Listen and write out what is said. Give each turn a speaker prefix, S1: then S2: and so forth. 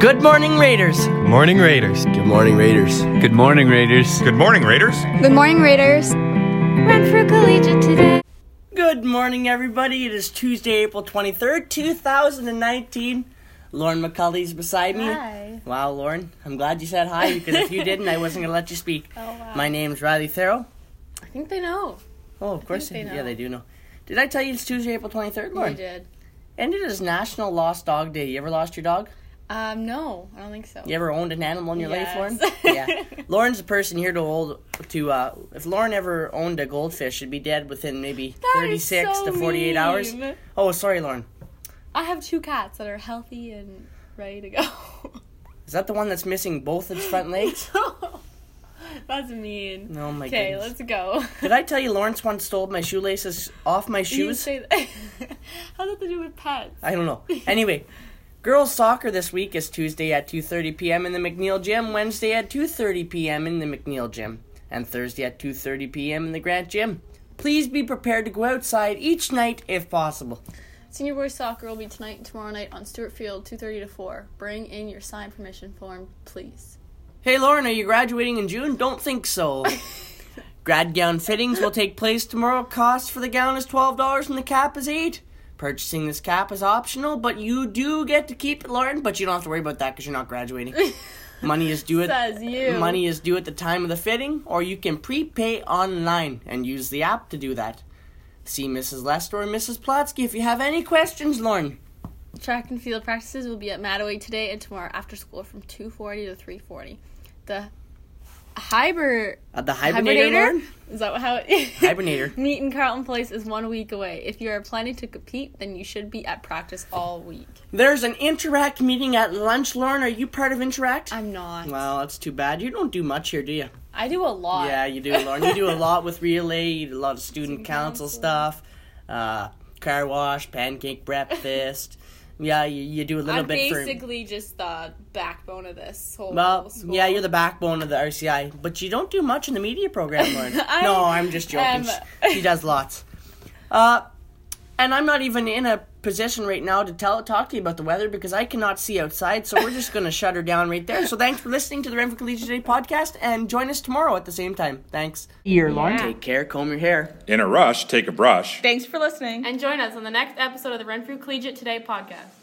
S1: Good morning, Raiders.
S2: Morning Raiders.
S3: Good morning, Raiders.
S4: Good morning, Raiders.
S5: Good morning, Raiders.
S6: Good morning, Raiders.
S7: Renfrew Collegiate today.
S1: Good morning, everybody. It is Tuesday, April 23rd, 2019. Lauren McCulley's beside me.
S6: Hi.
S1: Wow, Lauren. I'm glad you said hi because if you didn't, I wasn't going to let you speak.
S6: Oh, wow.
S1: My name's Riley Farrell.
S6: I think they know.
S1: Oh, of course.
S6: they
S1: do.
S6: know.
S1: Yeah, they do know. Did I tell you it's Tuesday, April 23rd,
S6: You
S1: Lauren?
S6: did.
S1: And it is National Lost Dog Day. You ever lost your dog?
S6: Um, no, I don't think so.
S1: You ever owned an animal in your
S6: Yes.
S1: life, Lauren? Yeah. Lauren's the person here to hold to. Uh, if Lauren ever owned a goldfish, she'd be dead within maybe
S6: That is
S1: 36
S6: so
S1: to 48 hours.
S6: mean.
S1: Oh, sorry, Lauren.
S6: I have two cats that are healthy and ready to go.
S1: Is that the one that's missing both its front legs?
S6: That's mean.
S1: No, Oh my
S6: Okay,
S1: goodness.
S6: let's go.
S1: Did I tell you Lawrence once stole my shoelaces off my
S6: You
S1: shoes?
S6: say that. How's that to do with pets?
S1: I don't know. Anyway, girls soccer this week is Tuesday at 2:30 p.m. in the McNeil Gym, Wednesday at 2:30 p.m. in the McNeil Gym, and Thursday at 2:30 p.m. in the Grant Gym. Please be prepared to go outside each night if possible.
S6: Senior boys soccer will be tonight and tomorrow night on Stewart Field, 2:30 to 4. Bring in your signed permission form, please.
S1: Hey Lauren, are you graduating in June? Don't think so. Grad gown fittings will take place tomorrow. Cost for the gown is $12 and the cap is 8 Purchasing this cap is optional, but you do get to keep it, Lauren, but you don't have to worry about that because you're not graduating. Money is due at
S6: Says you.
S1: money is due at the time of the fitting, or you can prepay online and use the app to do that. See Mrs. Lester or Mrs. Plotsky if you have any questions, Lauren.
S6: Track and field practices will be at Madaway today and tomorrow after school from 2:40 to 3:40. The Hyber
S1: Uh, the hibernator,
S6: Hibernator?
S1: Lauren?
S6: Is that how it
S1: Hibernator.
S6: Meet in Carlton Place is one week away. If you are planning to compete, then you should be at practice all week.
S1: There's an Interact meeting at lunch, Lauren. Are you part of Interact?
S6: I'm not.
S1: Well, that's too bad. You don't do much here, do you?
S6: I do a lot.
S1: Yeah, you do, Lauren. You do a lot with relay, you do a lot of student council stuff, uh, car wash, pancake breakfast. Yeah, you, you do a little
S6: I'm
S1: bit
S6: basically just the backbone of this whole
S1: for. Well,
S6: school.
S1: yeah, you're the backbone of the RCI, but you don't do much in the media program, Lauren. no, I'm just joking.
S6: I'm-
S1: She, she does lots. Uh, and I'm not even in a position right now to tell talk to you about the weather because I cannot see outside, so we're just going to shut her down right there. So thanks for listening to the Renfrew Collegiate Today podcast, and join us tomorrow at the same time. Thanks. Ear, Lauren. Take care. Comb your hair.
S5: In a rush, take a brush.
S8: Thanks for listening.
S6: And join us on the next episode of the Renfrew Collegiate Today podcast.